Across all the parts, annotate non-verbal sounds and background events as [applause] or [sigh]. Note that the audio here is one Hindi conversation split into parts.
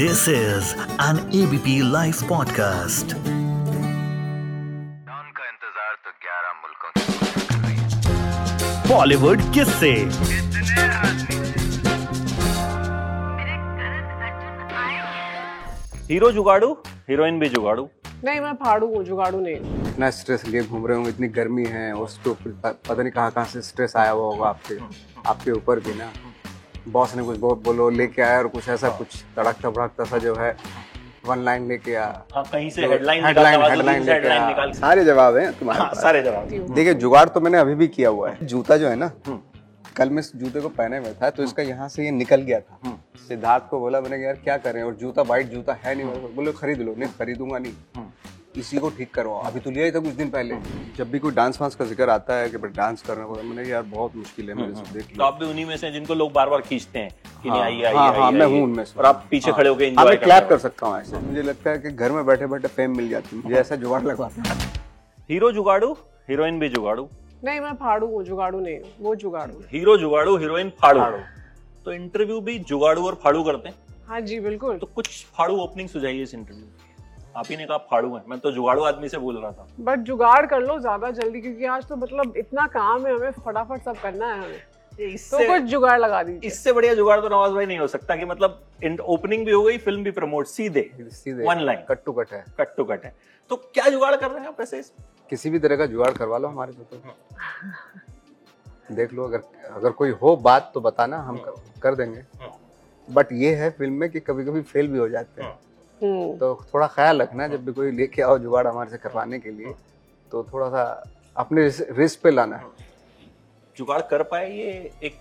This is an ABP Life podcast. Don का इंतजार तो 11 मुल्कों की दुनिया कर रही है बॉलीवुड किससे कितने आदमी से हीरो जुगाड़ू हीरोइन भी जुगाड़ू नहीं मैं फाड़ू हूँ जुगाड़ू नहीं इतना स्ट्रेस लिए घूम रहे होंगे इतनी गर्मी है और उसके ऊपर प- पता नहीं कहाँ कहाँ से स्ट्रेस आया हुआ होगा आपके आपके ऊपर भी ना बॉस ने कुछ बहुत बोलो लेके आया और कुछ ऐसा कुछ तड़कता भड़कता सा जो है वन लाइन लेके आया हाँ कहीं से हेडलाइन हेडलाइन हेडलाइन लेके आया निकाल सारे जवाब हैं तुम्हारे हाँ, पास। सारे जवाब देखिए जुगाड़ तो मैंने अभी भी किया हुआ है जूता जो है ना हम्म। कल मैं इस जूते को पहने हुए था तो इसका यहाँ से ये निकल गया हम्म। था सिद्धार्थ को बोला मैंने कहा, यार क्या करें और जूता वाइट जूता है नहीं मेरे हम्म। पास। बोले खरीद लो नहीं खरीदूंगा नहीं इसी को ठीक करवाओ अभी तो लिया ही था कुछ दिन पहले हम्म। जब भी कोई डांस वांस का जिक्र आता है कि भाई डांस करना होगा मैंने कहा, यार बहुत मुश्किल है मेरे से देख तो आप भी उन्हीं में से हैं जिनको लोग बार बार खींचते हैं कि नहीं हाँ, आइए आइए हाँ, आइए, हाँ, मैं आइए। हूँ उनमें से। और आप पीछे खड़े होकर हाँ, एंजॉय मैं क्लैप कर सकता हूँ ऐसे मुझे लगता है कि घर में बैठे बैठे फेम मिल जाती है हम्म। मुझे ऐसा जुगाड़ लगवाता है हीरो जुगाड़ू हीरोइन भी जुगाड़ू नहीं मैं फाड़ू हूँ जुगाड़ू नहीं वो जुगाड़ू हीरो जुगाड़ू हीरोइन फाड़ू तो इंटरव्यू भी जुगाड़ू और फाड़ू करते हैं हाँ जी बिल्कुल तो कुछ फाड़ू ओपनिंग सुझाइए इस इंटरव्यू में। आप ही ने कहा आप फाड़ू हैं मैं तो जुगाड़ू आदमी से बोल रहा था बट जुगाड़ कर लो ज्यादा जल्दी क्योंकि आज तो मतलब इतना काम है हमें फटाफट सब करना है हमें तो कुछ जुगाड़ लगा दीजिए इससे बढ़िया जुगाड़ तो नवाज भाई नहीं हो सकता कि मतलब ओपनिंग भी हो गई फिल्म भी प्रमोट सीधे सीधे one line cut to cut है कट टू कट है तो क्या जुगाड़ कर रहे हैं आप ऐसे इस- किसी भी तरह का जुगाड़ करवा लो हमारे साथ देख लो अगर अगर कोई हो बात तो बताना हम कर- कर देंगे बट ये है फिल्म में कि कभी कभी फेल भी हो जाते हैं हम्म, तो थोड़ा ख्याल रखना जब भी कोई लेके आओ जुगाड़ हमारे से करवाने के लिए तो थोड़ा सा अपने रिस्क पे लाना है जुगाड़ कर पाए ये एक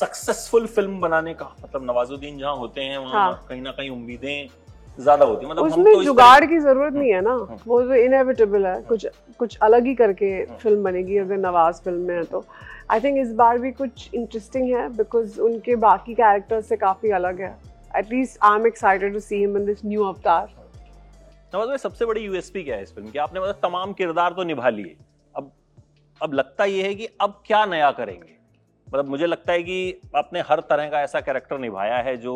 सक्सेसफुल फिल्म बनाने का मतलब नवाजुद्दीन जहाँ होते हैं वहाँ हाँ। कहीं ना कहीं उम्मीदें ज्यादा होती हैं। मतलब हम उसमें तो इस हाँ। जुगाड़ की जरूरत नहीं है ना वो तो इनएविटेबल है कुछ कुछ अलग ही करके फिल्म बनेगी अगर नवाज फिल्म में है तो आई थिंक इस बार भी कुछ इंटरेस्टिंग है बिकॉज उनके बाकी कैरेक्टर से काफी अलग है at least I am excited to see him in this new हाँ, अवतार तरह- नवाज भाई सबसे बड़ी यूएसपी क्या है इस फिल्म की आपने मतलब तमाम किरदार तो निभा लिए अब अब लगता ये है कि अब क्या नया करेंगे मतलब मुझे लगता है कि आपने हर तरह का ऐसा कैरेक्टर निभाया है जो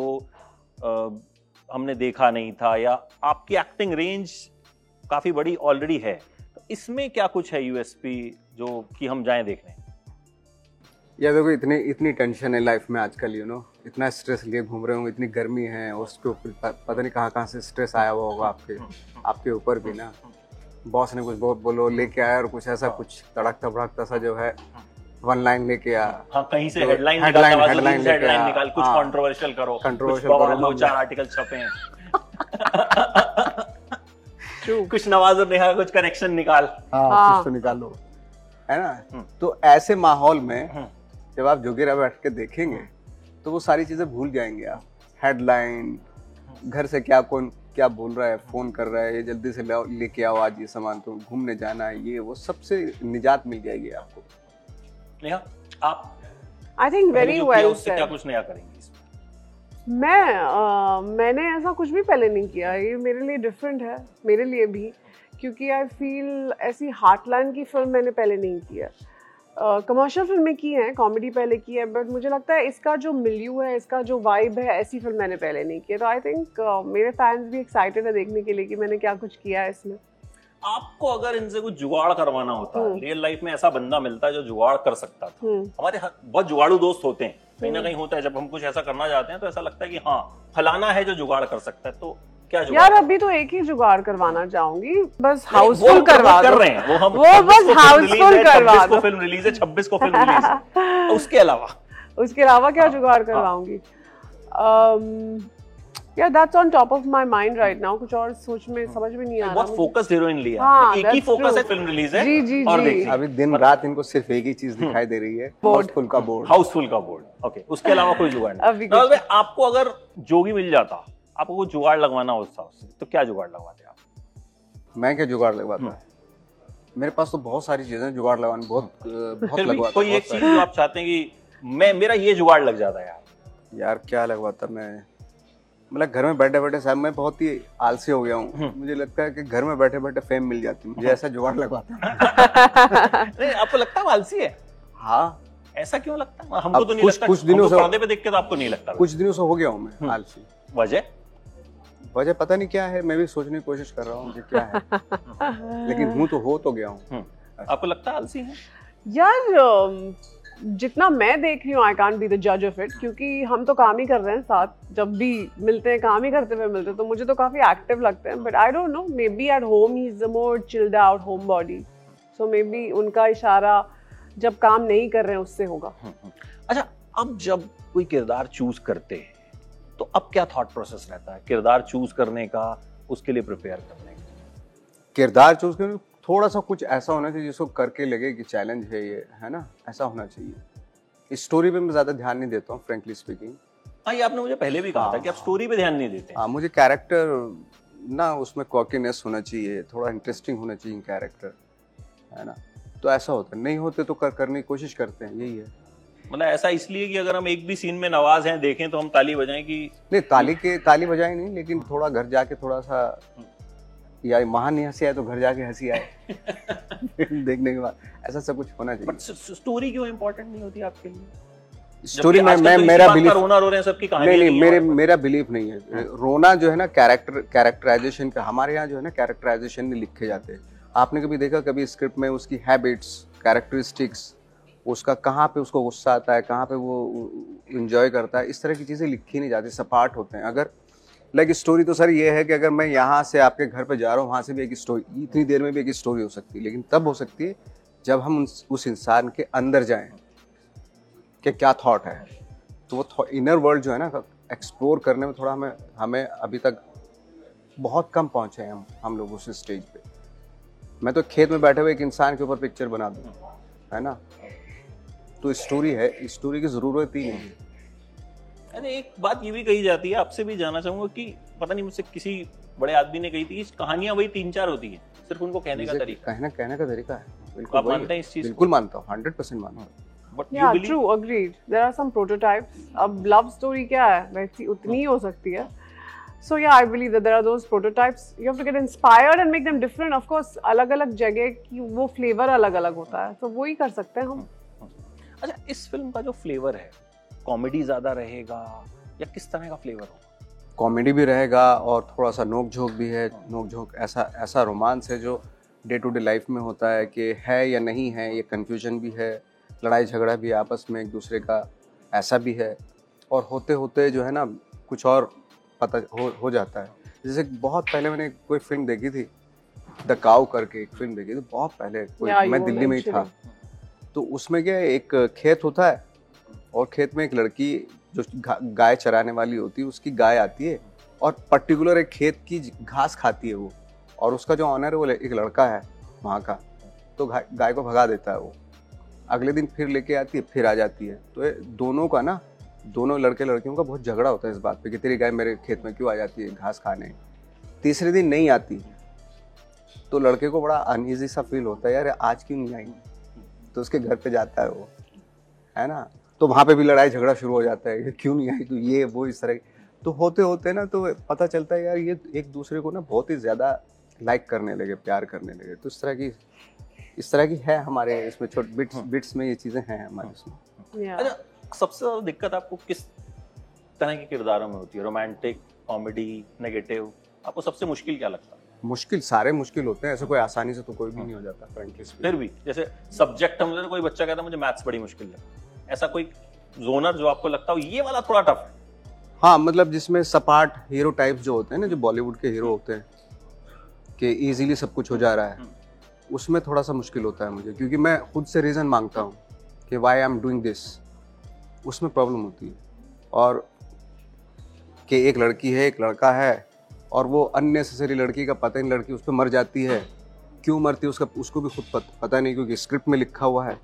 अ, हमने देखा नहीं था या आपकी एक्टिंग रेंज काफी बड़ी ऑलरेडी है तो इसमें क्या कुछ है यूएसपी जो कि हम जाएं देखने या देखो इतनी इतनी टेंशन है लाइफ में आजकल यू नो इतना स्ट्रेस लिए घूम रहे होंगे इतनी गर्मी है और उसके ऊपर प- पता नहीं कहाँ कहाँ से स्ट्रेस आया हुआ होगा आपके आपके ऊपर भी ना बॉस ने कुछ बहुत बोलो लेके आया और कुछ ऐसा कुछ तड़कता भड़कता सा जो है वन लाइन लेके आया हाँ कहीं से तो हेडलाइन headline- निकाल headline हेडलाइन से लेके हेडलाइन आ- निकाल कुछ हाँ। कंट्रोवर्शियल करो Controversial कुछ करो, हाँ. दो हम- चार आर्टिकल छपे हैं ट्रू [laughs] कुछ नवाज और नेहा का कुछ कनेक्शन निकाल हाँ कुछ तो निकालो है हम्म। ना तो ऐसे माहौल में जब आप जोगेरा बैठ के देखेंगे तो वो सारी चीजें भूल जाएंगे आप हेडलाइन हम्म। घर से क्या कौन क्या बोल रहा है फोन कर रहा है ये जल्दी से लाओ- लेके आओ आज ये सामान तो घूमने जाना है ये वो सबसे निजात मिल जाएगी आपको नेहा आप आई थिंक पहले वेरी जो किया वेल उससे क्या कुछ नया करेंगे इसमें? मैं अ, मैंने ऐसा कुछ भी पहले नहीं किया ये मेरे लिए डिफरेंट है मेरे लिए भी क्योंकि आई फील ऐसी हार्टलैंड की फिल्म मैंने पहले नहीं की है कमर्शियल फिल्में की हैं कॉमेडी पहले की है बट मुझे लगता है इसका जो मिल्यू है इसका जो वाइब है ऐसी फिल्म मैंने पहले नहीं की है तो आई थिंक मेरे फैंस भी एक्साइटेड है देखने के लिए कि मैंने क्या कुछ किया है इसमें आपको अगर इनसे कुछ जुगाड़ करवाना होता हम्म। रियल लाइफ में ऐसा बंदा मिलता है जो जुगाड़ कर सकता था हमारे हर- बहुत जुगाड़ू दोस्त होते हैं कहीं हम्म। ना कहीं होता है जब हम कुछ ऐसा करना चाहते हैं तो ऐसा लगता है कि हाँ फलाना है जो जुगाड़ कर सकता है तो क्या जुगाड़ यार अभी तो एक ही जुगाड़ करवाना चाहूंगी बस नहीं, वो हम हाउसफुल करवा कर दो। रहे हैं वो हम वो 26 को बस फिल्म हाउसफुल हाँ, रिलीज है, करवा 26 को दो। फिल्म रिलीज है 26 को फिल्म रिलीज है [laughs] उसके अलावा उसके अलावा क्या जुगाड़ करवाऊंगी या that's on top of my mind right now कुछ और सोच में समझ में नहीं आ रहा बहुत मुझे। फोकस्ड हीरोइन लिया तो हाँ, एक ही that's फोकस true. है फिल्म रिलीज है जी, जी, और जी। देखिए अभी दिन रात इनको सिर्फ एक ही हम्म। चीज दिखाई दे रही है हाउसफुल का बोर्ड हाउसफुल का बोर्ड ओके उसके अलावा कोई जुगाड़ अभी नहीं कुछ- नवाज भाई, आपको अगर जोगी मिल जाता आपको कोई जुगाड़ लगवाना होता उससे तो क्या जुगाड़ लगवाते आप हम्म। मैं क्या जुगाड़ लगवाता मेरे पास तो बहुत सारी चीजें हैं जुगाड़ लगाने बहुत अ, बहुत हम्म। फिर भी लगवाता कोई बहुत एक चीज सारी। जो आप चाहते हैं कि मैं मेरा ये जुगाड़ लग जाता है यार यार क्या लगवाता मैं मतलब घर में बैठे बैठे साहब मैं बहुत ही आलसी हो गया हूँ मुझे लगता है कि घर में बैठे बैठे फेम मिल जाती है मुझे ऐसा जुगाड़ लगवाता नहीं आपको लगता है वो आलसी है हाँ ऐसा क्यों लगता है हमको अब तो नहीं कुछ- लगता कुछ दिनों हमको से- पर्दे पे देख के तो आपको नहीं लगता कुछ दिनों से हो गया हूँ मैं आलसी वजह वजह पता नहीं क्या है मैं भी सोचने की कोशिश कर रहा हूँ कि क्या है लेकिन हूँ तो हो तो गया हूँ आपको लगता है आलसी है यार अम, जितना मैं देख रही हूँ आई कांट बी द जज ऑफ इट क्योंकि हम तो काम ही कर रहे हैं साथ जब भी मिलते हैं काम ही करते हुए मिलते हैं तो मुझे तो काफी एक्टिव लगते हैं but I don't know maybe at home he is a more chilled out homebody so maybe उनका इशारा जब काम नहीं कर रहे हैं उससे होगा अच्छा अब जब कोई किरदार चूज करते हैं तो अब क्या थॉट प्रोसेस रहता है किरदार चूज करने का उसके लिए प्रिपेयर करने का किरदार चूज कर थोड़ा सा कुछ ऐसा होना चाहिए जिसको करके लगे कि चैलेंज है ये है ना ऐसा होना चाहिए इस स्टोरी पे मैं ज़्यादा ध्यान नहीं देता हूँ फ्रेंकली स्पीकिंग हाँ ये आपने मुझे पहले भी कहा था कि आप स्टोरी पे ध्यान नहीं देते हाँ मुझे कैरेक्टर ना उसमें कॉकीनेस होना चाहिए थोड़ा इंटरेस्टिंग होना चाहिए कैरेक्टर है ना तो ऐसा होता है नहीं होते तो कर करने की कोशिश करते हैं यही है मतलब ऐसा इसलिए कि अगर हम एक भी सीन में नवाज हैं देखें तो हम ताली बजाएं कि नहीं ताली के ताली बजाई नहीं लेकिन थोड़ा घर जाके थोड़ा सा या महान नहीं हंसी आए तो घर जाके [laughs] हंसी आए देखने के बाद ऐसा सब कुछ होना बट चाहिए स्टोरी क्यों इंपॉर्टेंट नहीं होती आपके लिए तो स्टोरी में मैं मेरा बिलीफ बिलीफ रोना रो रहे हैं सबकी कहानी नहीं नहीं मेरे मेरा बिलीफ नहीं है रोना जो है ना कैरेक्टर कैरेक्टराइजेशन का हमारे यहाँ जो है ना कैरेक्टराइजेशन में लिखे जाते हैं आपने कभी देखा कभी स्क्रिप्ट में उसकी हैबिट्स कैरेक्टरिस्टिक्स उसका कहाँ पे उसको गुस्सा आता है कहाँ पे वो इंजॉय करता है इस तरह की चीज़ें लिखी नहीं जाती सपाट होते हैं अगर लाइक स्टोरी तो सर ये है कि अगर मैं यहाँ से आपके घर पे जा रहा हूँ वहाँ से भी एक स्टोरी इतनी देर में भी एक स्टोरी हो सकती है लेकिन तब हो सकती है जब हम उस- उस इंसान के अंदर जाएं कि क्या थॉट है तो वो इनर वर्ल्ड जो है ना एक्सप्लोर करने में थोड़ा हमें हमें अभी तक बहुत कम पहुंचे हैं हम हम लोग उस स्टेज पे मैं तो खेत में बैठे हुए एक इंसान के ऊपर पिक्चर बना दूँ है ना तो स्टोरी है स्टोरी की ज़रूरत ही नहीं है अरे एक बात ये भी कही जाती है आपसे भी जानना चाहूंगा कि पता नहीं मुझसे किसी बड़े आदमी ने कही थी कि कहानियां वही तीन चार होती हैं सिर्फ उनको कहने का जैसे तरीका कहना कहने का तरीका है बिल्कुल आप वही मानते हैं इस चीज़ को? बिल्कुल मानता हूँ हंड्रेड परसेंट मानता हूँ बट यू या believe true agreed there are some prototypes अब लव स्टोरी क्या है वैसी उतनी ही हो सकती है so yeah I believe that there are those prototypes you have to get inspired and make them different of course अलग अलग जगह की वो फ्लेवर अलग अलग होता है तो वो ही कर सकते हैं हम अच्छा इस फिल्म का जो फ्लेवर है कॉमेडी ज्यादा रहेगा या किस तरह का फ्लेवर होगा कॉमेडी भी रहेगा और थोड़ा सा नोक झोंक भी है नोक झोंक ऐसा ऐसा रोमांस है जो डे टू डे लाइफ में होता है कि है या नहीं है ये कन्फ्यूजन भी है लड़ाई झगड़ा भी है आपस में एक दूसरे का ऐसा भी है और होते होते जो है ना कुछ और पता हो हो जाता है जैसे बहुत पहले मैंने कोई फिल्म देखी थी द काउ करके एक फिल्म देखी थी बहुत पहले Yeah, कोई you मैं were दिल्ली में ही था तो उसमें क्या है, एक खेत होता है और खेत में एक लड़की जो गा- गाय चराने वाली होती है उसकी गाय आती है और पर्टिकुलर एक खेत की घास खाती है वो और उसका जो ऑनर है वो एक लड़का है वहाँ का तो गा- गाय को भगा देता है वो अगले दिन फिर लेके आती है फिर आ जाती है तो ये दोनों का ना दोनों लड़के लड़कियों का बहुत झगड़ा होता है इस बात पे कि तेरी गाय मेरे खेत में क्यों आ जाती है घास खाने तीसरे दिन नहीं आती तो लड़के को बड़ा अनईजी सा फील होता है यार आज क्यों नहीं आई तो उसके घर पे जाता है वो है ना तो वहाँ पे भी लड़ाई झगड़ा शुरू हो जाता है कि क्यों नहीं आई तो ये वो इस तरह की। तो होते होते ना तो पता चलता है यार ये एक दूसरे को ना बहुत ही ज़्यादा लाइक करने लगे प्यार करने लगे तो इस तरह की इस तरह की है हमारे इसमें छोट बिट्स बिट्स में ये चीज़ें हैं हमारे इसमें Yeah. अच्छा सबसे ज्यादा दिक्कत आपको किस तरह के किरदारों में होती है रोमांटिक कॉमेडी नेगेटिव आपको सबसे मुश्किल क्या लगता है मुश्किल सारे मुश्किल होते हैं ऐसे कोई आसानी से तो कोई भी नहीं हो जाता फ्रेंकली फिर भी जैसे सब्जेक्ट हम लेते हैं, कोई बच्चा कहता है मुझे मैथ्स बड़ी मुश्किल लगती है ऐसा कोई जोनर जो आपको लगता हो ये वाला थोड़ा टफ है हाँ मतलब जिसमें सपाट हीरो टाइप जो होते हैं ना जो बॉलीवुड के हीरो होते हैं कि इजीली सब कुछ हो जा रहा है उसमें थोड़ा सा मुश्किल होता है मुझे क्योंकि मैं खुद से रीज़न मांगता हूँ कि why I am doing this उसमें प्रॉब्लम होती है और कि एक लड़की है एक लड़का है और वो अननेसेसरी लड़की का पता ही नहीं लड़की उस पर मर जाती है क्यों मरती है उसका उसको भी खुद पत, पता नहीं क्योंकि स्क्रिप्ट में लिखा हुआ है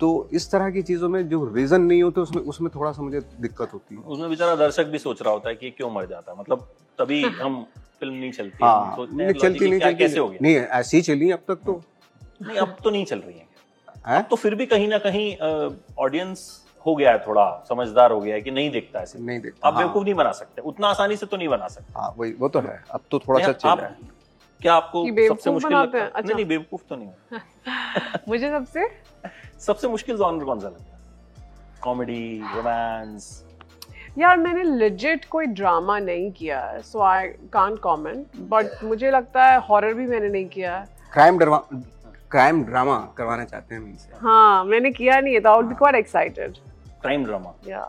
तो इस तरह की चीज़ों में जो रीज़न नहीं होते उसमें उसमें थोड़ा सा मुझे दिक्कत होती है उसमें बेचारा दर्शक भी सोच रहा होता है कि ये क्यों मर जाता है मतलब [laughs] तभी हम फिल्म नहीं चलती हम हाँ सोचते हैं नहीं चलती logically नहीं क्या- चलती कैसे हो गया नहीं ऐसी ही चली अब तक तो नहीं अब तो नहीं चल रही है है तो फिर भी कहीं ना कहीं ऑडियंस हो गया है थोड़ा समझदार हो गया है कि नहीं देखता ऐसे नहीं देखता आप हाँ, बेवकूफ नहीं बना सकते उतना आसानी से तो नहीं बना सकते हाँ वही वो तो है अब तो थोड़ा सा नहीं, चल आप रहा है क्या आपको कि बेवकूफ सबसे मुश्किल बनाते लगता है हैं? अच्छा। नहीं नहीं बेवकूफ तो नहीं मुझे सबसे सबसे मुश्किल जॉनर कौन सा लगता है कॉमेडी रोमांस यार मैंने legit कोई ड्रामा नहीं किया है so I can't comment but मुझे लगता है हॉरर भी मैंने नहीं किया है क्राइम ड्रामा क्राइम ड्रामा करवाना चाहते हैं हम इनसे हाँ मैंने किया नहीं है तो I will be quite excited crime drama या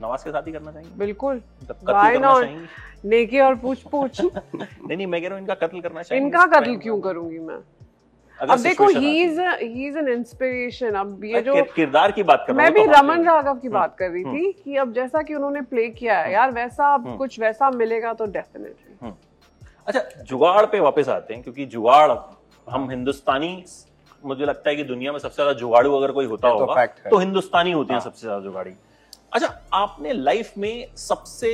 नवाज के साथ ही करना चाहेंगे बिल्कुल मतलब कत्ल Why करना not? चाहेंगे नेकी और पूछ पूछ नहीं नहीं मैं कह रहा हूँ इनका कत्ल करना चाहेंगे इनका कत्ल Crime क्यों drama। करूंगी मैं अगर अब देखो situation ही आती is he is an inspiration अब है। ये जो मैं किर- किरदार की बात तो हाँ, कर रहा मैं हूँ भी तमाम रमन के- राघव की बात कर रही हम्म। थी कि अब जैसा कि उन्होंने प्ले किया है यार वैसा अब कुछ वैसा मिलेगा तो डेफिनेटली अच्छा जुगाड़ पे वापस आते हैं क्योंकि जुगाड़ हम हिंदुस्तानी मुझे लगता है कि दुनिया में सबसे ज्यादा जुगाड़ू अगर कोई होता ये तो होगा fact है। हाँ। तो हिंदुस्तानी होते हैं सबसे ज्यादा जुगाड़ी अच्छा आपने लाइफ में सबसे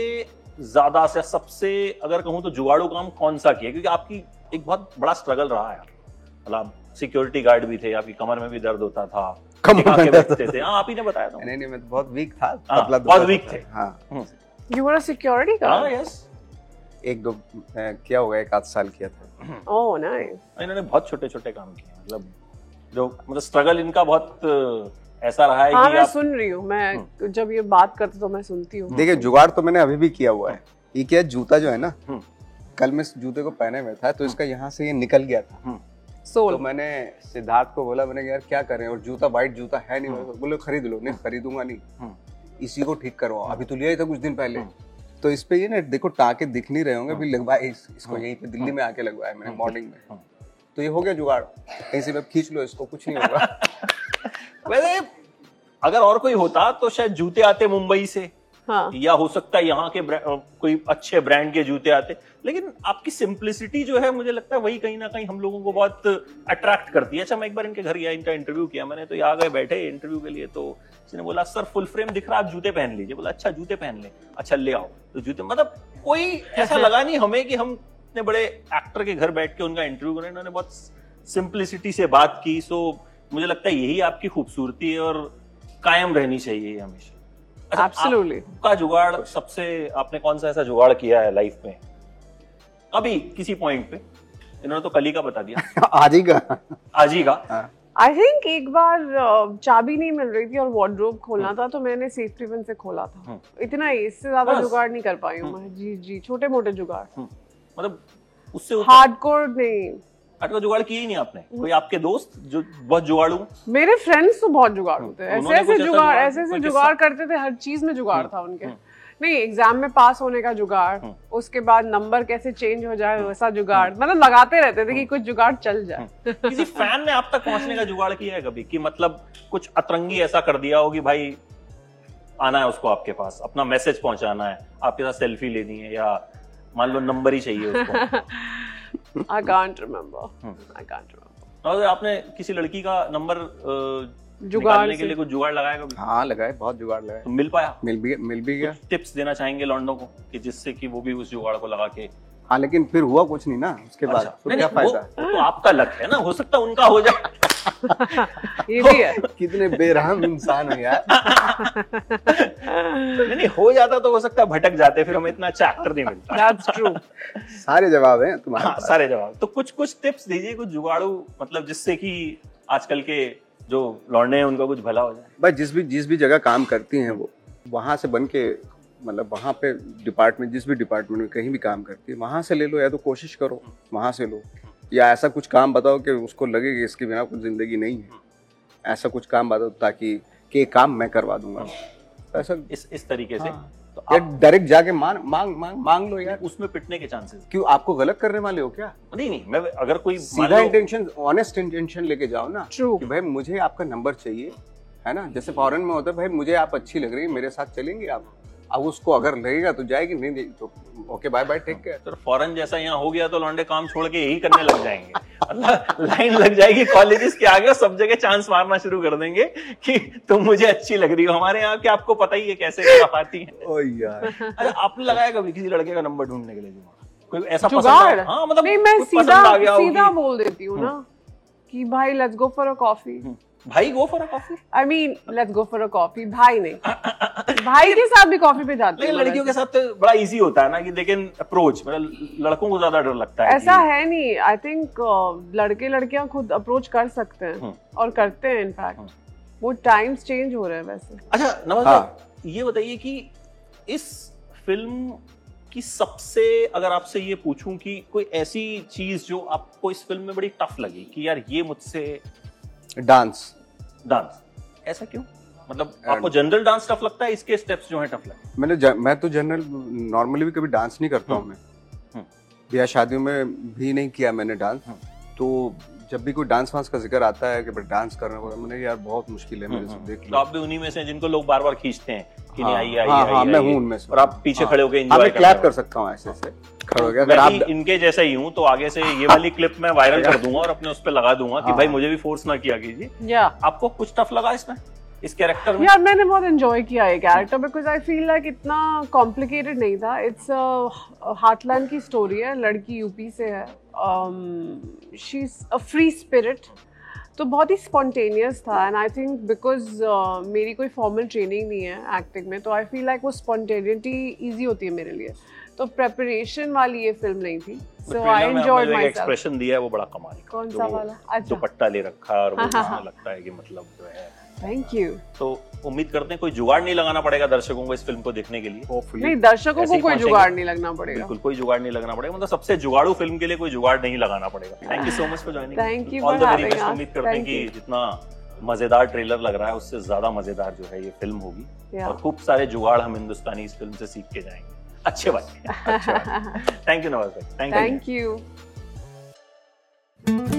ज्यादा से सबसे अगर कहूँ तो जुगाड़ू काम कौन सा किया क्योंकि आपकी एक बहुत बड़ा स्ट्रगल रहा है मतलब आप सिक्योरिटी गार्ड भी थे आपकी कमर में भी दर्द होता था कमर में एक आंखें दर्द बैठते थे हाँ आप ही ने बताया था नहीं नहीं मैं तो बहुत वीक था हाँ, पतला बहुत दुबला weak था। थे। हाँ यू वर अ सिक्योरिटी हाँ गार्ड यस एक दो अ, किया होगा एक आध साल किया हम्म, था ओह नाइस इन्होंने बहुत छोटे छोटे काम किए हैं। मतलब जो मतलब स्ट्रगल इनका बहुत अ, ऐसा रहा है हाँ कि मैं आप हम्म। सुन रही हूँ मैं जब ये बात करते तो मैं सुनती हूँ देखिए जुगाड़ तो मैंने अभी भी किया हुआ है ये क्या है, जूता जो है ना हम्म। कल मैं इस जूते को पहने हुए था तो इसका यहाँ से ये निकल गया था तो सोल मैंने सिद्धार्थ को बोला मैंने कहा, यार क्या करें और जूता वाइट जूता है नहीं हम्म। मेरे पास। बोले खरीद लो नहीं खरीदूंगा नहीं इसी को ठीक करवाओ हम्म। अभी तो लिया ही था कुछ दिन पहले तो इस पे ये ना देखो टाके दिख नहीं रहे होंगे हम्म। भी लगवाए इस, इसको यहीं पे दिल्ली में आके लगवाया मैंने मॉर्निंग में तो ये हो गया जुगाड़ कहीं से भी अब खींच लो इसको कुछ नहीं होगा [laughs] वैसे अगर और कोई होता तो शायद जूते आते मुंबई से हाँ या हो सकता है यहाँ के ब्रा- अ, कोई अच्छे ब्रांड के जूते आते लेकिन आपकी सिंप्लिसिटी जो है मुझे लगता है वही कहीं ना कहीं हम लोगों को बहुत अट्रैक्ट करती है अच्छा मैं एक बार इनके घर गया इनका इंटरव्यू किया मैंने तो ये आ गए बैठे इंटरव्यू के लिए तो इसने बोला सर फुल फ्रेम दिख रहा है आप जूते पहन लीजिए बोला अच्छा जूते पहन लें अच्छा ले आओ तो जूते मतलब कोई ऐसा लगा नहीं हमें कि हम इतने बड़े एक्टर के घर बैठ के उनका इंटरव्यू करें इन्होंने बहुत सिंप्लिसिटी से बात की सो मुझे लगता है यही आपकी खूबसूरती है और कायम रहनी चाहिए ये हमेशा अच्छा, आप- एब्सोल्युटली का जुगाड़ सबसे आपने कौन सा ऐसा जुगाड़ किया है लाइफ में कभी किसी पॉइंट पे इन्होंने तो कल ही का बता दिया आज ही का आज ही का आई थिंक एक बार अ, चाबी नहीं मिल रही थी और वार्ड्रोब हम्म। खोलना था तो मैंने सेफ्टी पिन से खोला था इतना ही इससे ज्यादा बस। जुगाड़ नहीं कर पाई हूँ मैं जी जी छोटे मोटे जुगाड़ हम्म, मतलब उससे ऊपर हार्डकोर नहीं हट का जुगाड़ किया ही नहीं आपने कोई आपके दोस्त जो बहुत जुगाड़ू मेरे फ्रेंड्स तो बहुत जुगाड़ होते हैं ऐसे हाँ, उन्होंने ऐसे कुछ ऐसा जुगाड़ जुगाड़- ऐसे ऐसे कोई हाँ, जुगाड़ करते थे हर चीज में जुगाड़ था उनके नहीं एग्जाम में पास होने का जुगाड़ उसके बाद नंबर कैसे चेंज हो हाँ। जाए वैसा जुगाड़ मतलब लगाते रहते थे कि कुछ जुगाड़ चल जाए किसी फैन ने आप तक पहुंचने का जुगाड़ किया है कभी कि मतलब कुछ अतरंगी ऐसा कर दिया हो कि भाई आना है उसको आपके पास अपना मैसेज पहुंचाना है आपके साथ सेल्फी लेनी है या मान लो नंबर ही चाहिए उसको हाँ। I can't remember I can't remember और हाँ, तो आपने किसी लड़की का नंबर जुगाड़ जुगाड़ के से। लिए कुछ जुगाड़ लगाया कभी हाँ लगाए बहुत जुगाड़ लगाए तो मिल पाया मिल भी मिल भी गया टिप्स देना चाहेंगे लॉन्डो को कि जिससे कि वो भी उस जुगाड़ को लगा के हाँ लेकिन फिर हुआ कुछ नहीं ना उसके बाद अच्छा, तो नहीं, क्या नहीं, फायदा वो- वो तो आपका लक है ना हो सकता है उनका हो जाए ये [laughs] भी है कितने बेरहम इंसान हो यार नहीं नहीं हो जाता तो हो सकता है भटक जाते फिर हमें इतना अच्छा एक्टर नहीं मिलता दैट्स ट्रू सारे जवाब हैं तुम्हारे हाँ, पास। सारे जवाब तो कुछ कुछ टिप्स दीजिए कुछ जुगाड़ू मतलब जिससे कि आजकल के जो लौंडे हैं उनका कुछ भला हो जाए भाई जिस भी जिस भी जगह काम करती हैं वो वहाँ से बन के मतलब वहाँ पे डिपार्टमेंट जिस भी डिपार्टमेंट में कहीं भी काम करती है वहाँ से ले लो या तो कोशिश करो वहाँ से लो या ऐसा कुछ काम बताओ कि उसको लगे कि इसके बिना कुछ ज़िंदगी नहीं है ऐसा कुछ काम बताओ ताकि कि ये काम मैं करवा दूंगा ऐसा इस इस तरीके से हाँ। तो या आप डायरेक्ट जाके मान मांग मांग मांग लो यार उसमें पिटने के चांसेस क्यों आपको गलत करने वाले हो क्या नहीं नहीं मैं अगर कोई मान सीधा लो- इंटेंशन ऑनेस्ट इंटेंशन लेके जाओ ना True. कि भाई मुझे आपका नंबर चाहिए है ना जैसे फॉरेन में होता है भाई मुझे आप अच्छी लग रही है मेरे साथ चलेंगे आप अब उसको अगर लगेगा तो जाएगी नहीं नहीं तो okay bye bye take care sir फॉरन जैसा यहाँ हो गया तो लौंडे काम छोड़ के यही करने लग जाएंगे मतलब लाइन लग जाएगी कॉलेजेस के आगे और सब जगह चांस मारना शुरू कर देंगे कि तुम मुझे अच्छी लग रही हो हमारे यहाँ के आपको पता ही है कैसे खिलाफाती है ओ यार [laughs] अच्छा आपने लगाया कभी किसी लड़के का नंबर ढूंढने के लिए जुगाड़? कोई ऐसा पसंद जुगाड़ आ- हाँ मतलब नहीं मैं कोई पसंद सीधा आ गया हाँ। हो सीधा कि बोल देती हूँ ना कि भाई let's go for a coffee हाँ। भाई go for a coffee I mean let's go for a coffee भाई [coughs] नहीं भाई के साथ भी कॉफी पे जाते हैं लेकिन लड़कियों के साथ तो बड़ा इजी होता है ना कि लेकिन अप्रोच मतलब लड़कों को ज्यादा डर लगता है ऐसा कि- है नहीं आई थिंक लड़के लड़कियां खुद अप्रोच कर सकते हैं और करते हैं इनफैक्ट वो टाइम्स चेंज हो रहे हैं वैसे अच्छा नमस्कार हाँ। ये बताइए कि इस फिल्म की सबसे अगर आपसे ये पूछूं कि कोई ऐसी चीज जो आपको इस फिल्म में बड़ी टफ लगी कि यार ये मुझसे डांस डांस ऐसा क्यों मतलब आपको जनरल डांस टफ लगता है इसके स्टेप्स जो हैं टफ लगते हैं मैंने ज- मैं तो जनरल नॉर्मली भी कभी डांस नहीं करता हूँ मैं हम्म। या शादियों में भी नहीं किया मैंने डांस तो जब भी कोई डांस वांस का जिक्र आता है कि भाई डांस करना होगा मैंने यार बहुत मुश्किल है मेरे से देख तो लो आप भी उन्हीं में से हैं जिनको लोग बार बार खींचते हैं कि नहीं हाँ, आइए आइए हाँ, हाँ, आइए, मैं आइए। हूँ उनमें से। और आप पीछे हाँ। खड़े होकर हाँ, एंजॉय मैं क्लैप कर सकता हूँ ऐसे से खड़े हो गया अगर आप इनके जैसा ही हूँ तो आगे से ये वाली क्लिप मैं [laughs] वायरल कर दूंगा और अपने उस पर लगा दूंगा कि हाँ। भाई मुझे भी फोर्स ना किया कीजिए या आपको कुछ टफ लगा इसमें इस कैरेक्टर में यार मैंने बहुत एंजॉय किया ये character Hmm. Because I feel like इतना कॉम्प्लिकेटेड नहीं था इट्स हार्टलैंड की स्टोरी है लड़की यूपी से है Um, she is a free spirit तो बहुत ही स्पॉन्टेनियस था and I think because uh, मेरी कोई फॉर्मल ट्रेनिंग नहीं है एक्टिंग में तो आई फील लाइक वो स्पॉन्टेनिटी ईजी होती है मेरे लिए तो प्रेपरेशन वाली ये फिल्म नहीं थी so I enjoyed my expression दिया है वो बड़ा कमाल का कौन जो सा वो वाला? अच्छा। दुपट्टा ले रखा है और वो हाँ, हाँ, गाना हाँ। लगता है कि मतलब जो है थैंक यू तो उम्मीद करते हैं कोई जुगाड़ नहीं लगाना पड़ेगा दर्शकों को इस फिल्म को देखने के लिए नहीं होपफुली दर्शकों ऐसे को ही कोई पहुंचेंगे। जुगाड़ नहीं लगना पड़ेगा बिल्कुल कोई जुगाड़ नहीं लगाना पड़ेगा मतलब सबसे जुगाड़ू फिल्म के लिए कोई जुगाड़ नहीं लगाना पड़ेगा thank you so much for joining Thank you all for the very having best us. उम्मीद करते हैं Thank कि you. जितना मजेदार ट्रेलर लग रहा है उससे ज्यादा मजेदार जो है ये फिल्म होगी Yeah. और खूब सारे जुगाड़ हम हिंदुस्तानी इस फिल्म से सीख के जाएंगे अच्छे [laughs] बात थैंक यू नवाज भाई थैंक यू थैंक यू